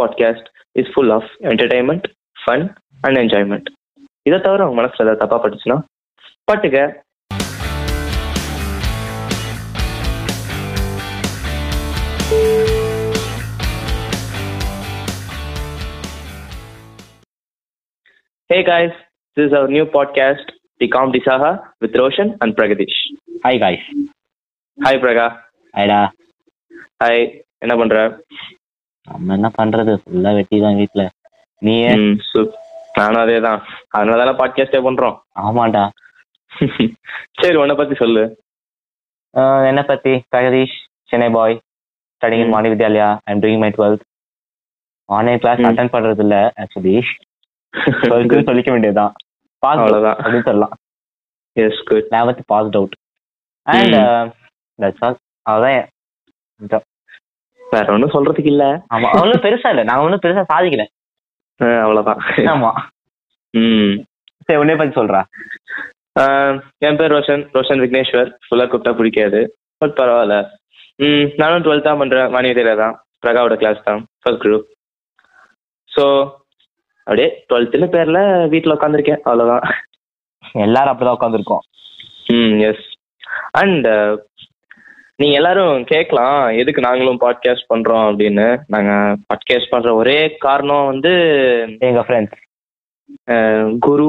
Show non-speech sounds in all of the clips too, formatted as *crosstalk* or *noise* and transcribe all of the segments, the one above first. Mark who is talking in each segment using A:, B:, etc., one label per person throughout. A: Podcast is full of entertainment fun and enjoyment இதை தவிர உங்க மனசுல ஏதாவது தப்பா பட்டுச்சுன்னா பட்டுக்க Hey guys, this is our new podcast, The Comedy Saha, with Roshan and Pragadish.
B: Hi guys
A: Hi Praga.
B: ஹாய்டா
A: Hi. என்ன பண்ற
B: நம்ம என்ன பண்றது ஃபுல்லா வெட்டி தான் வீட்ல நீயே
A: ம், சு- நானும் அதே தான் அதனால தானே பாட்காஸ்டே பண்றோம்
B: ஆமாடா
A: சரி உன்னை பத்தி சொல்லு
B: என்ன பத்தி பிரகதீஷ் சென்னை பாய் ஸ்டடிங்
A: ம்.
B: In Mani Vidyalaya I'm doing my twelfth online class
A: ம்.
B: அட்டன் பண்றது இல்ல
A: *laughs*
B: ஆக்சுவலி டுவெல்த் சொல்லிக்க வேண்டியதுதான் பாஸ்
A: அவ்வளவுதான்.
B: அப்படின்னு சொல்லலாம்
A: yes good
B: eleventh passed out and that's all uh, அதான்
A: வேற ஒன்றும் சொல்றதுக்கு இல்ல
B: ஆமா ஒன்றும் பெருசா இல்ல நான் ஒன்றும் பெருசா சாதிக்கல
A: அஹ், அவ்வளவுதான்
B: ஆமா
A: ம்.
B: சரி உன்னே பத்தி சொல்றா
A: அஹ், என் பேர் ரோஷன் ரோஷன் விக்னேஸ்வர் ஃபுல்லா கூப்பிட்டா பிடிக்காது பட் பரவாயில்ல ம், நானும் டுவெல்த் தான் பண்றேன் மானியத்தில தான் பிரகாவோட கிளாஸ் தான் ஃபர்ஸ்ட் குரூப் ஸோ அப்படியே டுவெல்த்ல பேர்ல வீட்டில் உட்காந்துருக்கேன் அவ்வளவுதான்
B: எல்லாரும் அப்படிதான் உட்காந்துருக்கோம்
A: ம் எஸ் அண்ட் நீங்க எல்லாரும் கேட்கலாம் எதுக்கு நாங்களும் பாட்காஸ்ட் பண்றோம் அப்படின்னு நாங்க பாட்காஸ்ட் பண்ற ஒரே காரணம் வந்து
B: எங்க ஃப்ரெண்ட்ஸ்
A: அஹ், குரு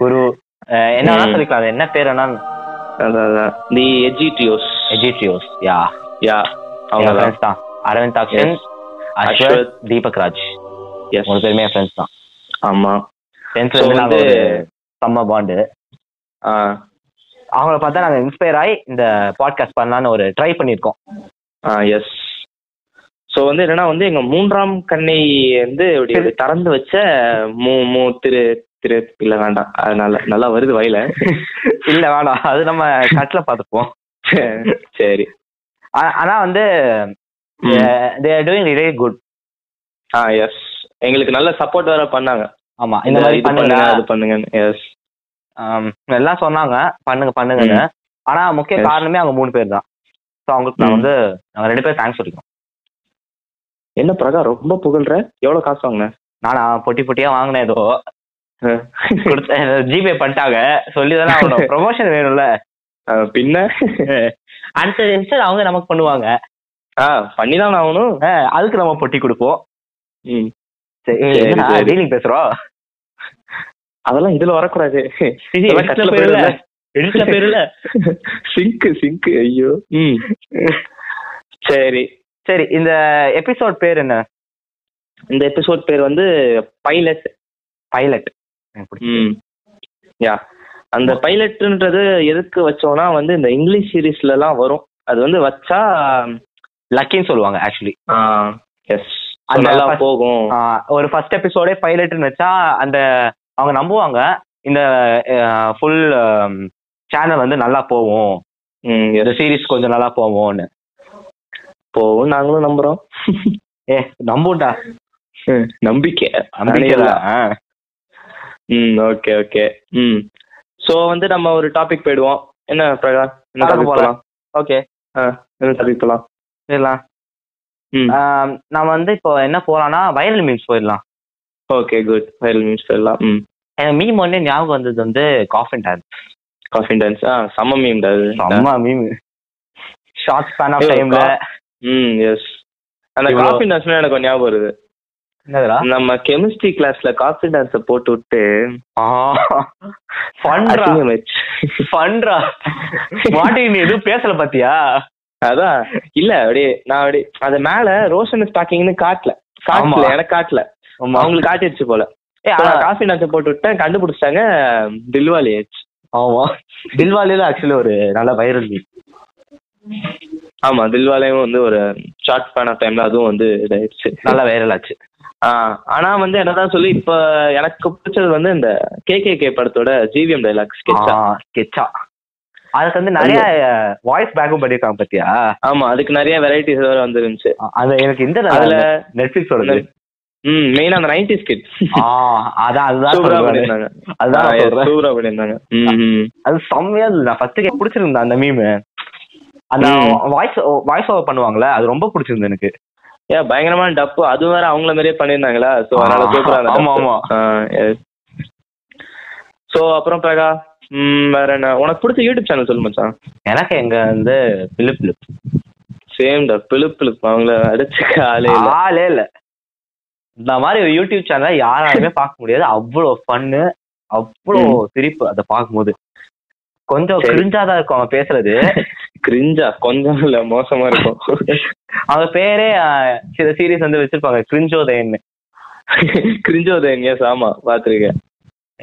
B: குரு அஹ், என்ன வேணா
A: ம்.
B: சொல்லிக்கலாம் அது என்ன பேர் வேணா
A: அதான், அதான். தி எஜிடியோஸ்
B: எஜிட்ரியோஸ் யா
A: யா
B: அவங்க
A: அவங்க
B: ஃப்ரெண்ட்ஸ் தான் அரவிந்த் அக்ஷன்
A: Yes.
B: அஸ்வத்
A: அஸ்வத்.
B: தீபக் ராஜ் மூணு பேருமே ஃப்ரெண்ட்ஸ் தான்
A: ஆமா
B: டென்த்ல
A: So
B: இருந்து நாங்க
A: வந்து-
B: ஒரு செம்ம பாண்டு
A: ஆ,
B: அவங்கள பார்த்தா நாங்க இன்ஸ்பயர் ஆகி இந்த பாட்காஸ்ட் பண்ணலாம்னு ஒரு ட்ரை பண்ணியிருக்கோம்
A: ஆ எஸ் சோ வந்து என்னன்னா வந்து எங்க மூன்றாம் கண்ணை வந்து இப்படி ஒரு திறந்து வச்ச மூ மூ திரு திரு இல்ல வேண்டாம் அதனால நல்லா வருது *laughs* வயல
B: இல்ல வேணாம் அது நம்ம கட்ல பார்த்துப்போம்
A: சரி
B: ஆ- ஆனா வந்து
A: ம்.
B: தேர் டூயிங் ரிலே குட்
A: ஆ எஸ் எங்களுக்கு நல்ல சப்போர்ட் வேற பண்ணாங்க
B: ஆமா இந்த மாதிரி
A: இது
B: பண்ணுங்க
A: அது பண்ணுங்கன்னு எஸ்
B: ஆம், எல்லாம் சொன்னாங்க பண்ணுங்க பண்ணுங்கன்னு ஆனா முக்கிய
A: Yes.
B: காரணமே அவங்க மூணு பேர் தான் ஸோ அவங்களுக்கு நான்
A: ம்.
B: வந்து நாங்க ரெண்டு பேரும் தேங்க்ஸ் சொல்லிக்கிறோம்
A: என்ன பிரகா ரொம்ப புகழ்ற எவ்வளவு காசு வாங்கின
B: நானா பொட்டி பொட்டியா வாங்கினேன் ஏதோ
A: ஆ.
B: கொடுத்த ஜிபே பண்ணிட்டாங்க சொல்லி தானே *laughs* அவனோட ப்ரொமோஷன் வேணும்ல
A: ஆ, பின்ன
B: அடுத்த நிமிஷம் அவங்க நமக்கு பண்ணுவாங்க
A: ஆ பண்ணிதான் ஆகணும்
B: அஹ் அதுக்கு நம்ம பொட்டி கொடுப்போம்
A: ம்.
B: சரி,
A: சரி,
B: என்னடா,
A: சரி.
B: டீலிங் பேசுறோம்
A: அதெல்லாம் இதுல வரக்கூடாது இதெல்லாம்
B: edit ல
A: கட்டல
B: போயிருல.
A: போயிடும்ல.
B: edit ல போயிருல.
A: சிங்க் சிங்க் ஐயோ ம் சரி
B: சரி இந்த எபிசோட் பேர் என்ன
A: இந்த எபிசோட் பேர் வந்து பைலட்
B: பைலட்
A: ம் யா அந்த பைலட்ன்றது எதுக்கு வச்சோம்னா வந்து இந்த இங்கிலீஷ் சீரீஸ்ல எல்லாம் வரும் அது வந்து வச்சா
B: லக்கின்னு சொல்லுவாங்க ஆக்சுவலி
A: எஸ்
B: அந்த
A: நல்லா
B: first-
A: போகும்
B: ஒரு ஃபர்ஸ்ட் எபிசோடே பைலட்னு வச்சா அந்த அவங்க நம்புவாங்க இந்த ஃபுல் சேனல் வந்து நல்லா போகும்
A: ம்
B: இந்த
A: yes,
B: சீரிஸ் கொஞ்சம் நல்லா போகும்னு
A: போகும் நாங்களும் நம்புறோம்
B: ஏ நம்புண்டா
A: ம், நம்பிக்கை
B: நம்பிக்கை ஆ.
A: ம் ஓகே ஓகே ம் சோ வந்து நம்ம ஒரு டாபிக் போயிடுவோம் என்ன பிரகா என்ன
B: படகு
A: டாபிக்
B: போலாம்.
A: போலாம்
B: ஓகே
A: என்ன டாபிக் போலாம்
B: போயிடலாம்
A: ம்.
B: ஆம், நம்ம வந்து இப்போ என்ன போலாம்னா வைரல் மீம்ஸ் போயிடலாம்
A: ஓகே குட் வைரல் மீம்ஸ் போயிடலாம் ம்
B: மீம் ஒண்ணே ஞாபகம் வந்தது வந்து காஃபின் டான்ஸ்
A: காஃபின் டான்ஸ் ஆ செம்ம மீம்
B: செம்ம மீம் ஷார்ட் ஸ்பேன் ஆஃப்
A: ஐயோ,
B: டைம்ல
A: ம் எஸ் அந்த
B: இவ்வளோ-
A: காஃபின் டான்ஸ்னா எனக்கு ஒரு ஞாபகம் வருது
B: என்னதுடா
A: நம்ம கெமிஸ்ட்ரி கிளாஸ்ல காஃபின் டான்ஸை போட்டு விட்டு
B: ஃபன்ரா
A: அசிங்கமாயிடுச்சு.
B: ஃபன்ரா மாட்டி நீ எதுவும் பேசல பாத்தியா
A: அதான் இல்ல அப்படியே நான் அப்படியே அது மேல ரோஷன் ஸ்டாக்கிங்னு காட்டல
B: ஆமா.
A: காட்டல எனக்கு காட்டல
B: அவங்களுக்கு-
A: அவங்களுக்கு காட்டிடுச்சு போல
B: ஏய்,
A: So,
B: ஆனா-
A: நான் காஃபி டான்ஸை போட்டு விட்டேன் கண்டுபிடிச்சிட்டாங்க தில்வாலி ஆயிடுச்சு
B: ஆமா தில்வாலில ஆக்சுவலி ஒரு நல்ல வைரல் மீம்
A: ஆமா தில்வாலையும் வந்து ஒரு ஷார்ட் ஸ்பேன் ஆஃப் டைம்ல அதுவும் வந்து இதாயிடுச்சு
B: நல்ல வைரல் ஆச்சு
A: ஆ, ஆனா வந்து என்னதான் சொல்லி இப்ப எனக்கு பிடிச்சது வந்து இந்த கே கே கே படத்தோட ஜிவிஎம் டைலாக்ஸ் ஸ்கெட்சா
B: கெச்சா அதுக்கு வந்து நிறைய வாய்ஸ் பேக்கும் பண்ணிருக்காங்க பாத்தியா
A: ஆமா அதுக்கு நிறைய வெரைட்டிஸ் வேற வந்துருந்துச்சு
B: அது எனக்கு இந்த
A: அதுல
B: நெட்ஃபிளிக்ஸோட
A: ம் மெயினா அந்த நைன்டி ஸ்கிட்
B: ஆ, அதான் அதுதான்
A: சூப்பரா
B: சொல்றேன் நானு.
A: பண்ணிருந்தாங்க
B: அதுதான் நான் சொல்றேன்.
A: சூப்பரா பண்ணிருந்தாங்க ம், ம்.
B: அது செம்மையா இருந்தது. நான் first கே- பிடிச்சிருந்தேன் அந்த meme. அந்த
A: ம்.
B: voice- voice over பண்ணுவாங்கல்ல, அது ரொம்ப பிடிச்சிருந்தது எனக்கு
A: ஏ பயங்கரமான டப்பு அது வேற அவங்கள மாதிரியே பண்ணியிருந்தாங்களா ஸோ அதனால
B: ஆ,
A: சூப்பரா அந்த
B: ஆமா, ஆமா.
A: ஸோ அப்புறம் பிரகா ம், வேற என்ன உனக்கு பிடிச்ச யூடியூப் சேனல் சொல்லு மச்சான்
B: எனக்கு எங்க வந்து பிலிப் பிலிப்
A: சேம் டா பிளிப் பிளிப் அவங்கள அடிச்சு காலே இல்ல
B: ஆளே இல்ல இந்த மாதிரி ஒரு யூடியூப் சேனல் யாராலுமே பார்க்க முடியாது அவ்வளோ ஃபன்னு அவ்வளோ சிரிப்பு அதை பார்க்கும்போது கொஞ்சம்
A: சரி.
B: கிரிஞ்சா தான் இருக்கும் அவன் பேசுறது
A: கிரிஞ்சா கொஞ்சம் இல்ல மோசமா இருக்கும் *laughs*
B: அவங்க பேரே அஹ், சில சீரீஸ் வந்து வச்சிருப்பாங்க கிரிஞ்சோதயன்னு
A: கிரிஞ்சோதயன் எஸ் ஆமா பாத்திருக்கேன்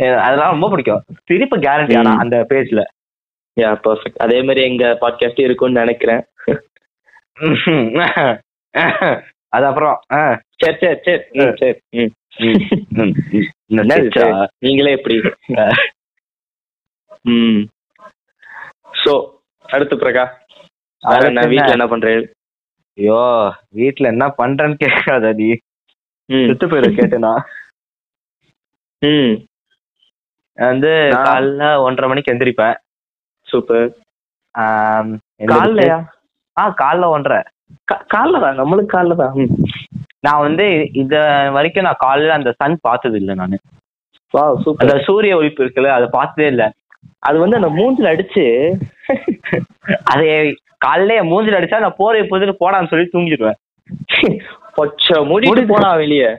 B: அஹ், அதெல்லாம் ரொம்ப பிடிக்கும் சிரிப்பு கேரண்டி ஆனா அந்த பேஜ்ல
A: யா பர்ஃபெக்ட் அதே மாதிரி எங்க பாட்காஸ்ட் இருக்கும்னு நினைக்கிறேன்
B: அது அப்புறம் அஹ்,
A: சரி சரி சரி ம், சரி ம்.
B: ம், ம், இந்த
A: என்னது
B: சிரிச்சா?
A: நீங்களே எப்படி ம் சோ அடுத்து பிரகா வேற
B: அடுத்து
A: என்ன
B: என்ன?
A: வீட்ல என்ன பண்றேன்
B: ஐயோ வீட்டுல என்ன பண்றேன்னு கேட்காத நீ செத்து போயிரு கேட்டேனா
A: ம்
B: வந்து
A: நான்-
B: காலைல ஒன்றரை மணிக்கு எந்திரிப்பேன்
A: சூப்பர்
B: ஆம், எந்திரிச்சு-
A: காலைலயா?
B: ஆ காலைல ஒன்றரை
A: காலில் தான் நம்மளுக்கு காலில் தான்
B: நான் வந்து இது வரைக்கும் நான் காலைல அந்த சன் பார்த்தது இல்லை நான்
A: வா
B: அந்த
A: சூப்பர்
B: சூரிய ஒளிப்பு இருக்குல்ல அதை பார்த்ததே இல்லை
A: அது வந்து அந்த மூஞ்சில அடிச்சு
B: அது காலையில என் மூஞ்சில அடிச்சா நான் போற இப்போது போடான்னு சொல்லி தூங்கிடுவேன்
A: பச்சை மூடி போனா வெளியே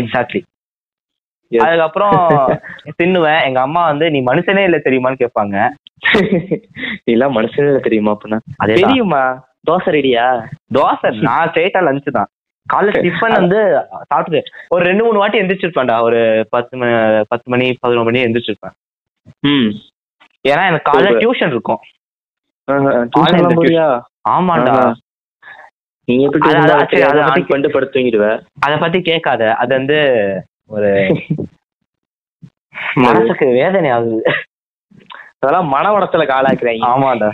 B: எக்ஸாக்ட்லி
A: Yes.
B: *laughs* அதுக்கப்புறம் தின்னுவேன் எங்க அம்மா வந்து நீ மனுஷனே இல்லை தெரியுமான்னு கேட்பாங்க
A: நீ எல்லாம் மனுஷனே இல்ல தெரியுமா அப்படின்னா
B: அதே
A: தெரியுமா தோசை ரெடியா
B: தோசை நான் ஸ்ட்ரெயிட்டா லஞ்சு தான் காலைல டிஃபன் வந்து சாப்பிட்டு ஒரு ரெண்டு மூணு வாட்டி எந்திரிச்சிருப்பேன்டா ஒரு பத்து மணி பத்து மணி பதினொரு மணி எந்திரிச்சிருப்பேன்
A: ம்
B: ஏன்னா எனக்கு காலைல
A: சூப்பர்.
B: டியூஷன் இருக்கும்
A: tuition எல்லாம்
B: இந்த
A: போறியா?
B: ஆமாண்டா
A: ஆஹா. நீ எப்படி
B: அது-
A: tuition
B: அது-
A: எல்லாம்
B: சரி,
A: வைக்கிறியா?
B: அது
A: அதை பத்தி
B: நான்
A: கொண்டு படுத்து தூங்கிடுவ
B: அத பத்தி கேட்காத அது வந்து ஒரு மனசுக்கு வேதனை ஆகுது
A: அதெல்லாம் மன உடத்துல காலாக்குறாங்க
B: ஆமாண்டா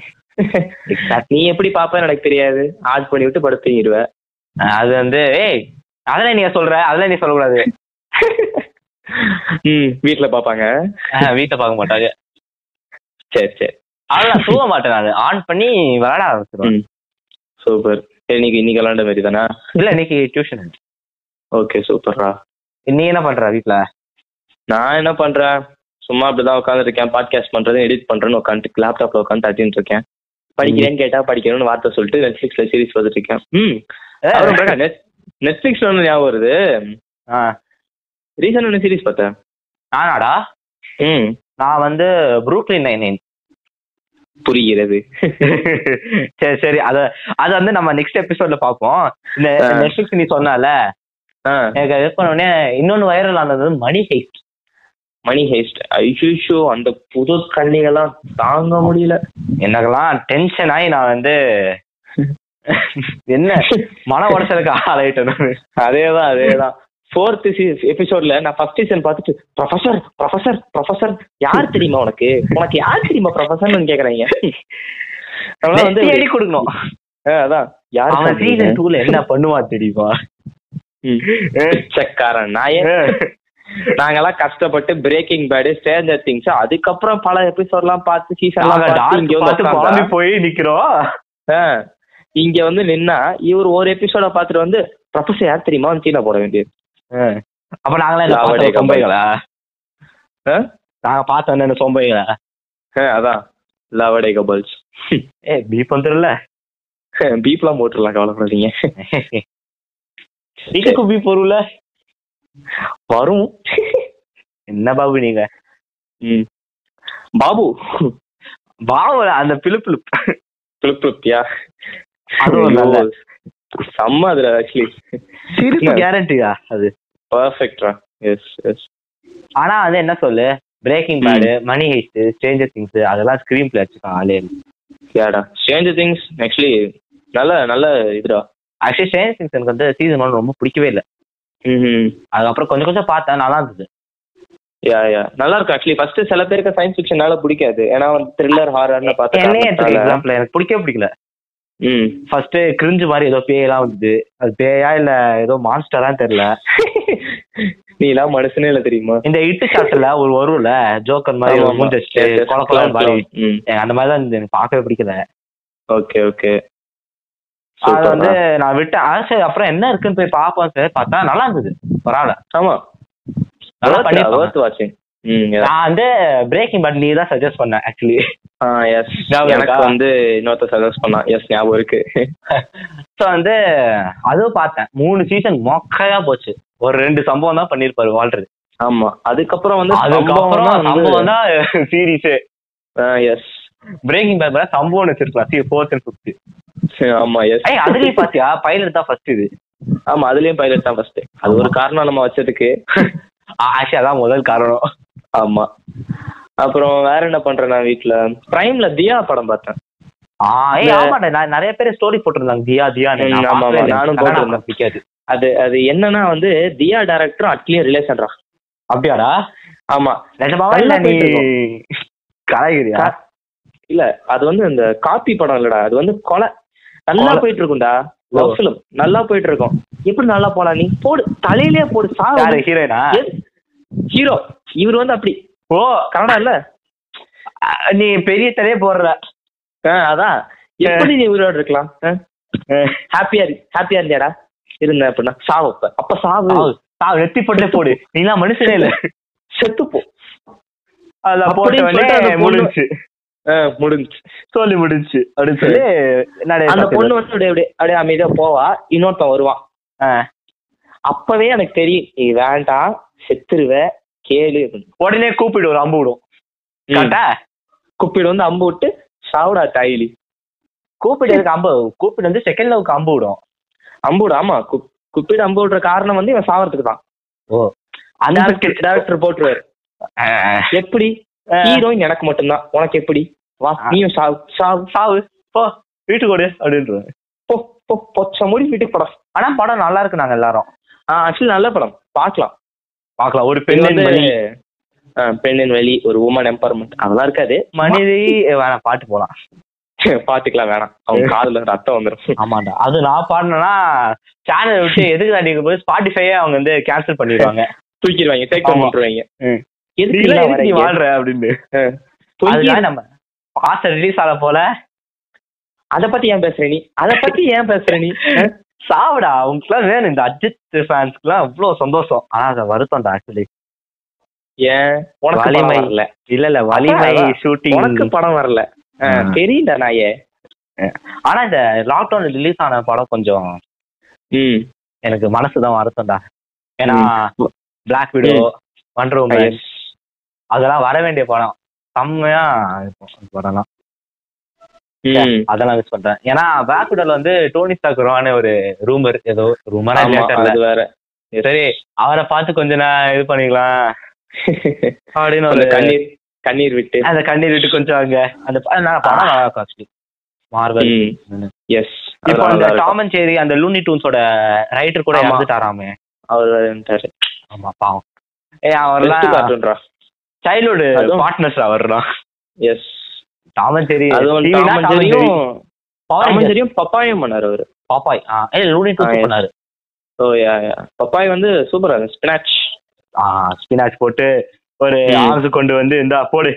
A: நீ எப்படி பாப்பேன்னு எனக்கு தெரியாது ஆட் பண்ணி விட்டு படுத்து தூங்கிடுவ
B: *laughs* அது வந்து ஏய் அதெல்லாம் நீங்க சொல்ற அதெல்லாம் நீ சொல்லக்கூடாது
A: ம் வீட்டுல பாப்பாங்க
B: அஹ், வீட்டை பார்க்க மாட்டாங்க
A: சரி சரி
B: அதெல்லாம் தூங்க மாட்டேன் நான் ஆன் பண்ணி விளையாட ஆரம்பிச்சிருவேன்
A: ம். சூப்பர் இன்னைக்கு இன்னைக்கு விளாண்ட மாதிரி தானா
B: இல்ல இன்னைக்கு டியூஷன்
A: ஓகே சூப்பர்ரா
B: நீ என்ன பண்ற வீட்ல
A: நான் என்ன பண்றேன் சும்மா அப்படிதான் உட்காந்துருக்கேன் பாட்காஸ்ட் பண்றது எடிட் பண்றேன்னு உட்காந்துட்டு லேப்டாப்ல உட்காந்து தட்டின்னு இருக்கேன் படிக்கிறேன்னு கேட்டா படிக்கணும்னு வார்த்தை சொல்லிட்டு நெட்ஃபிளிக்ஸ்ல சீரிஸ் பார்த்துட்டு இருக்கேன் ம் அப்புறம் பிரகா, நெட்- நெட்ஃபிளிக்ஸ்ல ஒன்று ஞாபகம் வருது
B: அஹ்,
A: ரீசன் ஒன்று சீரிஸ் பார்த்தேன்
B: நானாடா
A: ம்
B: நான் வந்து ப்ரூக்லின் நைன் நைன்
A: புரிகிறது
B: சரி சரி அத அது வந்து நம்ம நெக்ஸ்ட் எபிசோட்ல பார்ப்போம் இந்த
A: ஆ.
B: நெட்ஃபிளிக்ஸ் நீ சொன்னால
A: ஆ,
B: எனக்கு இது பண்ண உடனே இன்னொன்னு வைரல் ஆனது வந்து மணி ஹைஸ்ட்
A: மணி ஹேஸ்ட் ஐஷோ அந்த புது கண்ணிகள்லாம் தாங்க முடியல
B: எனக்கெல்லாம் டென்ஷன் ஆகி நான் வந்து என்ன மன உடச்சலுக்கு ஆளாயிட்டேன்
A: அதேதான் அதேதான் ஃபோர்த் எபிசோட்ல நான் ஃபர்ஸ்ட் சீசன் பார்த்துட்டு ப்ரொஃபசர் ப்ரொஃபசர் ப்ரொஃபசர் யார் தெரியுமா உனக்கு உனக்கு யார் தெரியுமா ப்ரொஃபசர்னு கேக்குறாங்க நம்மளாம் வந்து
B: வெட்டி அடி கொடுக்கணும்
A: ஆ, அதான்
B: அவன் சீசன்
A: யார்
B: டூல என்ன பண்ணுவான் தெரியுமா
A: பிச்சைக்காரன் நாயே நாங்கெல்லாம் கஷ்டப்பட்டு பிரேக்கிங் பேடு ஸ்டேஞ்சர் திங்ஸ் அதுக்கப்புறம் பல எபிசோட்லாம் பார்த்து
B: நாங்க
A: சீசன்
B: டார்க் பார்த்து பாம்பி போய் நிக்கிறோம்
A: இங்க வந்து நின்னா இவர் ஒரு எபிசோட பார்த்துட்டு வந்து ப்ரொஃபசர் யார் தெரியுமா சீனா போட வேண்டியது
B: அப்ப நாங்களாம் என்ன
A: லாவடே
B: பார்த்தோம் சோம்பைகளா
A: ஆ?
B: நாங்க பார்த்தோம் என்ன சோம்பைகளா
A: ஆ, அதான் லவடே *laughs* கபல்ஸ்
B: ஏ பீப் வந்துடல
A: பீப்லாம் போட்டுடலாம் கவலைப்படாதீங்க
B: இதுக்கு பீப் வரும்ல
A: வரும்
B: என்ன பாபு நீங்க
A: ம். பாபு
B: பாபு அந்த பிலிப்பு
A: பிளிப் பிளிப்யா
B: அது ஒரு நல்ல
A: செம்ம அதுல ஆக்சுவலி
B: சிரிப்பு கேரண்டியா அது
A: பர்ஃபெக்ட்ரா எஸ் எஸ்
B: ஆனா அது என்ன சொல்லு பிரேக்கிங் பேடு மணி ஹைஸ்ட் ஸ்ட்ரேஞ்சர் திங்ஸ் அதெல்லாம் ஸ்கிரீன் பிளே வச்சுக்கான் ஆளே
A: யாடா ஸ்ட்ரேஞ்சர் திங்ஸ் ஆக்சுவலி நல்ல நல்ல இதுடா
B: ஆக்சுவலி ஸ்ட்ரேஞ்சர் திங்ஸ் எனக்கு வந்து சீசன் ஒன் ரொம்ப பிடிக்கவே இல்லை
A: ம்
B: அதுக்கப்புறம் கொஞ்சம் கொஞ்சம் பார்த்தேன் நல்லா இருந்தது
A: யா யா நல்லா இருக்கும் ஆக்சுவலி ஃபர்ஸ்ட் சில பேருக்கு சயின்ஸ் ஃபிக்ஷனால பிடிக்காது ஏன்னா வந்து த்ரில்லர் ஹாரர்னு
B: என்னையே எடுத்துக்க
A: பார்த்தா
B: எக்ஸாம்பிள் எனக்கு பிடிக்கவே பிடிக்கல
A: ம்
B: ஃபர்ஸ்ட் கிரிஞ்சு மாதிரி ஏதோ பேயெல்லாம் வந்தது அது பேயா இல்ல ஏதோ மான்ஸ்டரான்னு தெரியல
A: நீ எல்லாம் மனுஷனே இல்ல தெரியுமா
B: இந்த இட்டு சாட்டில் ஒரு வரும்ல ஜோக்கர் மாதிரி ஒரு மூஞ்சி வச்சுட்டு கொல கொலன்னு பாரு.
A: ம்
B: எனக்கு அந்த மாதிரி தான் இருந்தது. எனக்கு பார்க்கவே பிடிக்கல
A: ஓகே ஓகே
B: அது
A: Super,
B: வந்து நான் விட்டேன் ஆ, சரி அப்புறம் என்ன இருக்குன்னு போய் பார்ப்போம் சார் பார்த்தா நல்லா இருந்தது பரவாயில்ல
A: ஆமா
B: நல்லா பண்ணிருப்பாங்க.
A: ஒர்த் வாட்சிங் ம் yeah.
B: நான் வந்து பிரேக்கிங் பட் நீ தான் சஜஸ்ட் பண்ண ஆக்சுவலி
A: ஆ எஸ்
B: ஞாபகம்
A: எனக்கு
B: இருக்கா?
A: வந்து இன்னொருத்த சஜஸ்ட் பண்ணா எஸ் ஞாபகம் இருக்கு
B: ஸோ வந்து அதுவும் பார்த்தேன் மூணு சீசன் மொக்கையா போச்சு ஒரு ரெண்டு சம்பவம் தான் பண்ணிருப்பாரு ஆல்ரெடி
A: ஆமா அதுக்கப்புறம் வந்து
B: அதுக்கப்புறம் சம்பவம் தான் சீரீஸ்
A: எஸ்
B: பிரேக்கிங் பேப்பர் சம்பவம் வச்சிருக்கலாம் சி ஃபோர்த் அண்ட் ஃபிஃப்த்
A: *laughs* ஆமா எஸ்
B: ஏய் அதுலயும் பாத்தியா பைலட் தான் ஃபர்ஸ்ட் இது
A: ஆமா அதுலயும் பைலட் தான் ஃபர்ஸ்ட் அது ஒரு காரணம் நம்ம வச்சதுக்கு
B: ஆக்சுவலி அதான் முதல் காரணம்
A: ஆமா அப்புறம் வேற என்ன பண்றேன் நான் வீட்ல பிரைம்ல தியா படம் பார்த்தேன்
B: ஆ ஏய்
A: இந்த-
B: ஆமாடா நான் நிறைய பேர் ஸ்டோரி போட்டிருந்தாங்க தியா தியா
A: ம், ஆமா, ஆமா, நானும் போட்டிருந்தேன்.
B: பிடிக்காது
A: அது அது என்னன்னா வந்து தியா டேரக்டரும் அட்லியும் ரிலேஷன்ரா
B: அப்படியாடா
A: ஆமா
B: நிஜமாவா
A: நல்லா
B: இல்ல நீ
A: போயிட்டு
B: கலாய்கிறியா
A: கா- இல்ல அது வந்து இந்த காப்பி படம் இல்லடா அது வந்து கொலை நல்லா
B: கொலை.
A: போயிட்டு இருக்கும்டா
B: ஓ.
A: லவ் film நல்லா போயிட்டு இருக்கும் எப்படி நல்லா போலாம் நீ போடு தலையிலே போடு
B: யாரு
A: சாரு
B: ஹீரோயினா
A: ஹீரோ இவர் வந்து அப்படி
B: ஓ
A: கனடா இல்ல
B: நீ பெரிய தலையே போடுற
A: ஆ, அதான் எப்படி நீ உயிரோட இருக்கலாம் ஹாப்பியா ஹாப்பியா இருந்தியாடா இருந்தேன் அப்படின்னா சாவு அப்ப அப்ப சாவு
B: வெத்தி போட்டே போடு நீலாம் மனுஷனே இல்ல
A: செத்துப்போ
B: அதுல
A: அப்படின்னு சொல்லிட்டு
B: போட்ட
A: அந்த பொண்ணு-
B: உடனே முடிஞ்சு
A: முடிஞ்சு
B: சொல்லி முடிஞ்சு அப்படின்னு சொல்லி நடைய
A: அந்த பொண்ணு வந்து அப்படியே அப்படியே அப்படியே அமைதியா போவா இன்னொருத்தன் வருவான்
B: ஆ.
A: அப்பவே எனக்கு தெரியும் நீ வேண்டாம் செத்துருவ கேளு அப்படின்னு.
B: உடனே கூப்பிடு ஒரு அம்பு விடும் கரெக்டா
A: குப்பிடு வந்து அம்பு விட்டு சாவுடா டாயிலி
B: கூப்பிடு எதுக்கு அம்பு கூப்பிடு வந்து செகண்ட் லவ்க்கு அம்பு விடும்
A: அம்பு விடு ஆமா குப்- குப்பிடு அம்பு விடுற காரணம் வந்து இவன் சாவறதுக்கு தான்
B: அந்த
A: டேரக்டர்
B: *laughs*
A: போட்டுருவாரு
B: ஆஹ்
A: எப்படி
B: ஆ.
A: ஹீரோயின் எனக்கு மட்டும்தான் உனக்கு எப்படி வா
B: ஆ.
A: நீயும் சாவு சாவு
B: சாவு போ வீட்டுக்கு ஓடு அப்படின்றாரு
A: போ போ பொச்ச மூடி வீட்டுக்கு படம்
B: ஆனா படம் நல்லா இருக்கு நாங்க எல்லாரும்
A: ஆக்சுவலி நல்ல படம் பார்க்கலாம்
B: பாக்கலாம் ஒரு
A: இது வந்து,
B: பெண்
A: ஆ, பெண்ணின் வழி ஒரு உமன் எம்பவர்மெண்ட் அதெல்லாம் இருக்காது *laughs*
B: மனிதை வேணாம் பாட்டு போலாம்
A: பாத்துக்கலாம் வேணாம் அவங்க காதுல ரத்தம் வந்துடும்
B: ஆமாண்டா அது நான் பாடினேன்னா சேனல் விட்டு எதுக்கு தான் நீங்க போய் ஸ்பாட்டிஃபையே அவங்க வந்து கேன்சல் பண்ணிடுவாங்க
A: தூக்கிடுவாங்க டேக்
B: ஆமா.
A: பண்ணிடுவாங்க
B: ம்.
A: எதுக்கு
B: நீலாம்
A: இதெல்லாம்
B: எதுக்கு நீ
A: வர்றீங்க?
B: வாழ்ற அப்படின்னு
A: பொய்
B: அதுதான் நம்ம பாச ரிலீஸ் ஆன போல
A: அத பத்தி ஏன் பேசுற நீ அத பத்தி ஏன் பேசுற நீ ஆ?
B: சாவுடா அவங்களுக்குலாம் வேணும் இந்த அஜித் ஃபேன்ஸ்க்குலாம் அவ்வளவு சந்தோஷம் ஆனா அது வருத்தம்டா ஆக்சுவலி
A: ஏன் உனக்கு படம்
B: வலிமை.
A: வரல
B: இல்ல இல்ல வலிமை
A: அதான். உனக்கு
B: ஷூட்டிங்
A: படம் வரல ஆ,
B: ம்.
A: தெரியல நாயே
B: ஆனா இந்த லாக்டவுன் ரிலீஸ் ஆன படம் கொஞ்சம்
A: ம்
B: எனக்கு மனசுதான் வருத்தம்டா ஏன்னா பிளாக்
A: ம்.
B: Widow wonder woman
A: Yes.
B: அதெல்லாம் வர வேண்டிய படம் செம்மையா இருக்கும் அந்த படம்லாம்
A: ம்.
B: அதெல்லாம் மிஸ் பண்றேன் ஏன்னா பிளாக் விடோல வந்து டோனி ஸ்டாக் ரோவான ஒரு ரூமர் ஏதோ ரூமரா
A: ஆமா,
B: இல்ல
A: அது வேற
B: சரி அவரை பார்த்து கொஞ்ச நான் இது பண்ணிக்கலாம் அப்படின்னு
A: அந்த
B: ஒரு
A: கண்ணீர் கண்ணீர் விட்டு
B: அந்த கண்ணீர் விட்டு கொஞ்சம் அங்க அந்த ப- நான் படம் நல்லா இருக்கும் ஆக்சுவலி மார்வல்
A: எஸ்
B: இப்போ அந்த டாமன் சேரி அந்த லூனி டூன்ஸோட ரைட்டர் கூட
A: ஆமா.
B: இறந்துட்டாராமே
A: அவர் வேறன்ட்டாரு
B: ஆமா பாவம் ஏ அவர்லாம்
A: கார்ட்டூன்ரா
B: சைல்ட்ஹுட்
A: அதுவும்-
B: பார்ட்னர்ஸ் அவர்லாம்
A: எஸ்
B: டாமன் சேரி
A: அதுவும்
B: டிவினா
A: டாமன்
B: டாமன் சேரி
A: ஜெரியும்
B: பவர்
A: டாமன்
B: ரேஞ்சர்ஸ்,
A: ஜெரியும் பப்பாயும் பண்ணாரு அவரு
B: பாப்பாய் ஆ ஏ லூனி
A: ஆ,
B: டூன்ஸ்
A: yes.
B: பண்ணாரு
A: ஓ யா யா பப்பாய் வந்து சூப்பரா இருக்கு ஸ்பினாச்
B: ஆ ஸ்பினாச் போட்டு ஒரு
A: ம்.
B: ஆம்ஸ் கொண்டு வந்து இந்தா போடு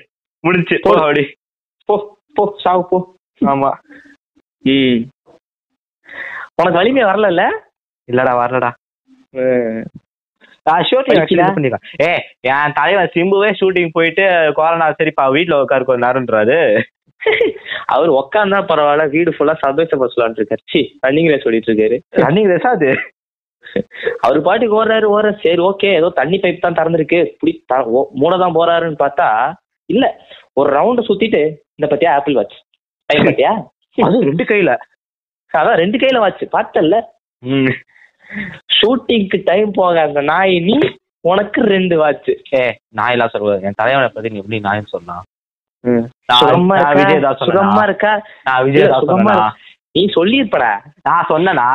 B: முடிச்சு போ
A: போடு.
B: அப்படி
A: போ போ சாவு போ
B: ஆமா
A: ம் உனக்கு வலிமை வரல
B: இல்லடா வரலடா
A: ஷூட்டிங்
B: பண்ணிடலாம் ஏ என் தலைவன் சிம்புவே ஷூட்டிங் போயிட்டு கொரோனா சரிப்பா வீட்டுல உட்காரு கொஞ்ச நேரம்ன்றாரு
A: அவர் உக்காந்தா பரவாயில்ல வீடு ஃபுல்லா சபை சபை சொல்லான்னு இருக்காரு சி ரன்னிங் ரேஸ் ஓடிட்டு இருக்காரு
B: ரன்னிங் ரேஸா அது
A: அவர் பாட்டுக்கு ஓடுறாரு ஓடுற சரி ஓகே ஏதோ தண்ணி பைப் தான் திறந்திருக்கு புடி த- ஓ- மூட தான் போறாருன்னு பார்த்தா இல்ல ஒரு ரவுண்ட சுத்திட்டு இந்த பத்தியா ஆப்பிள் வாட்ச் கையில பத்தியா
B: *laughs* அது ரெண்டு கையில
A: அதான் ரெண்டு கையில வாட்ச் பார்த்தல்ல ஷூட்டிங்க்கு டைம் போக அந்த நாய் நீ உனக்கு ரெண்டு வாட்ச்
B: ஏ நான் எல்லாம் சொல்லுவேன் என் தலைவனை பத்தி நீ எப்படி நாயும் சொல்லலாம்
A: ம்.
B: நான்
A: சுகமா
B: நான் விஜய்
A: இருக்கா
B: தான்
A: சுகமா
B: சொன்னா
A: இருக்கா
B: நான் விஜய் தான்
A: சுகமா
B: சொன்னா
A: நீ சொல்லியிருப்படா
B: நான் சொன்னனா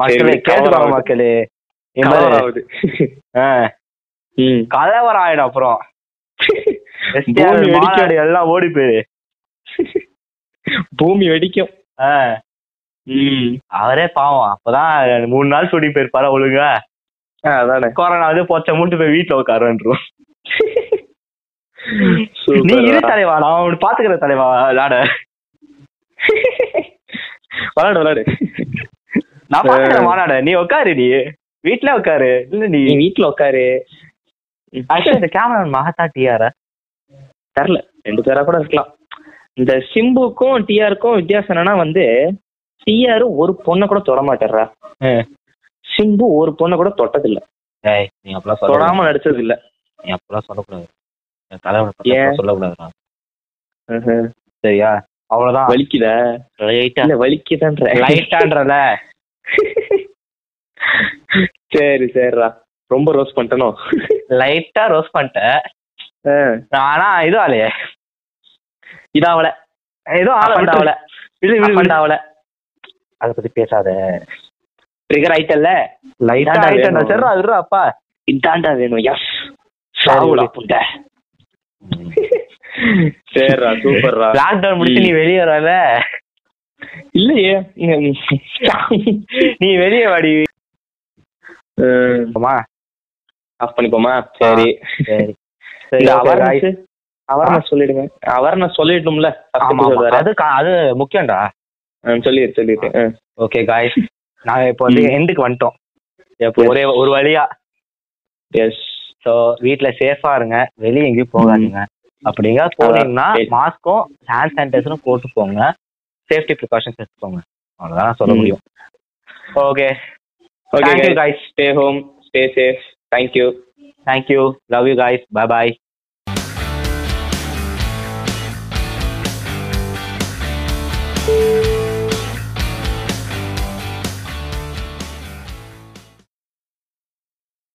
B: மக்களே
A: சரி,
B: கேட்டுக்கோங்க
A: கவராகுது.
B: மக்களே இந்த மாதிரி,
A: கவராகுது.
B: ஆ,
A: ம்.
B: கலவரம் ஆயிடும் அப்புறம் *laughs* SDR
A: வெடிக்கும்.
B: மாநாடு எல்லாம் ஓடி போயிரு
A: பூமி வெடிக்கும்
B: ஆ,
A: ம்.
B: அவரே பாவம் அப்பதான் மூணு நாள் சுடி போயிருப்பாரு ஒழுங்கா
A: ஆ, அதானே
B: கொரோனா வந்து போச்ச மூட்டு போய் வீட்டுல உட்காருன்றோம் நீ இரு தலைவா நான் அவனு பாத்துக்கிற தலைவா நாட
A: விளாடு விளாடு
B: நான் பாக்குறேன் மாநாட நீ உட்காரு நீ வீட்ல உட்காரு இல்ல நீ
A: நீ வீட்ல உட்காரு
B: ஆக்சுவலி இந்த கேமராமேன் மகத்தா டிஆர்
A: தெரில ரெண்டு பேரா கூட இருக்கலாம் இந்த சிம்புக்கும் டிஆருக்கும் வித்தியாசம் என்னன்னா வந்து டிஆர் ஒரு பொண்ணை கூட தொட மாட்டேறா சிம்பு ஒரு பொண்ணை கூட தொட்டதில்ல
C: நீ அப்பெல்லாம் சொல்லக்கூடாது
A: தொடாம நடிச்சது இல்ல
C: நீ அப்பெல்லாம் சொல்லக்கூடாது என் தலைவனை பத்தி
A: ஏன்?
C: அப்பெல்லாம் சொல்லக்கூடாதுடா
B: சரியா அவ்வளவுதான்
A: வலிக்குத
C: லைட்டா
A: இல்ல வலிக்குதன்ற
B: லைட்டான்றல
A: சரி சரிடா ரொம்ப ரோஸ் பண்ணிட்டனோ
B: லைட்டா ரோஸ் பண்ணிட்டேன்
A: ஆ,
B: ஆனா இது ஆலையே
A: இதா அவள
B: ஏதோ ஆள
A: அப்பண்டா அவள
B: பண்ணாவல
A: விடு விடு விடு அவள
C: அதை பத்தி பேசாத
A: ட்ரிகர் ஆயிட்டல்ல
B: லைட்டா
A: இதாண்டா
B: ஆயிட்டா
A: வேணும்.
B: சரிடா இருடா அப்பா
A: இதாண்டா வேணும் எஸ் சாவுடா புண்ட சரிடா சூப்பர்ரா
B: லாக்டவுன் முடிச்சு நீ வெளியே வரல
A: இல்லையே
B: நீ வெளியே வாடி
A: ஆஃப் பண்ணிப்போமா சரி
C: சரி
B: சரி,
A: இந்த
B: okay, guys.
A: awareness- awareness சொல்லிடுங்க awareness சொல்லிடணும்ல. first
B: ஆமா,
A: episode
B: ஆமா.
A: வேற.
B: அது கா- அது முக்கியம்டா
A: ஆ, சொல்லிடு, சொல்லிடு. ஆ.
B: ஓகே காய்ஸ் நாங்க இப்போ வந்து எண்டுக்கு வந்துட்டோம் இப்போ ஒரே ஒரு வழியா
A: Yes.
B: ஸோ வீட்ல சேஃபா இருங்க வெளியே எங்கேயும் போகாதீங்க அப்படிங்க போனீங்கன்னா
A: சரி.
B: மாஸ்க்கும் ஹேண்ட் சானிடைசரும் போட்டு போங்க சேஃப்டி ப்ரிகாஷன்ஸ் எடுத்துக்கோங்க அவ்வளவுதான் நான் சொல்ல
A: ம்.
B: முடியும் okay
A: Okay,
B: thank you
A: guys.
B: Guys
A: Stay home, stay safe. Thank you.
B: Thank you love you guys bye bye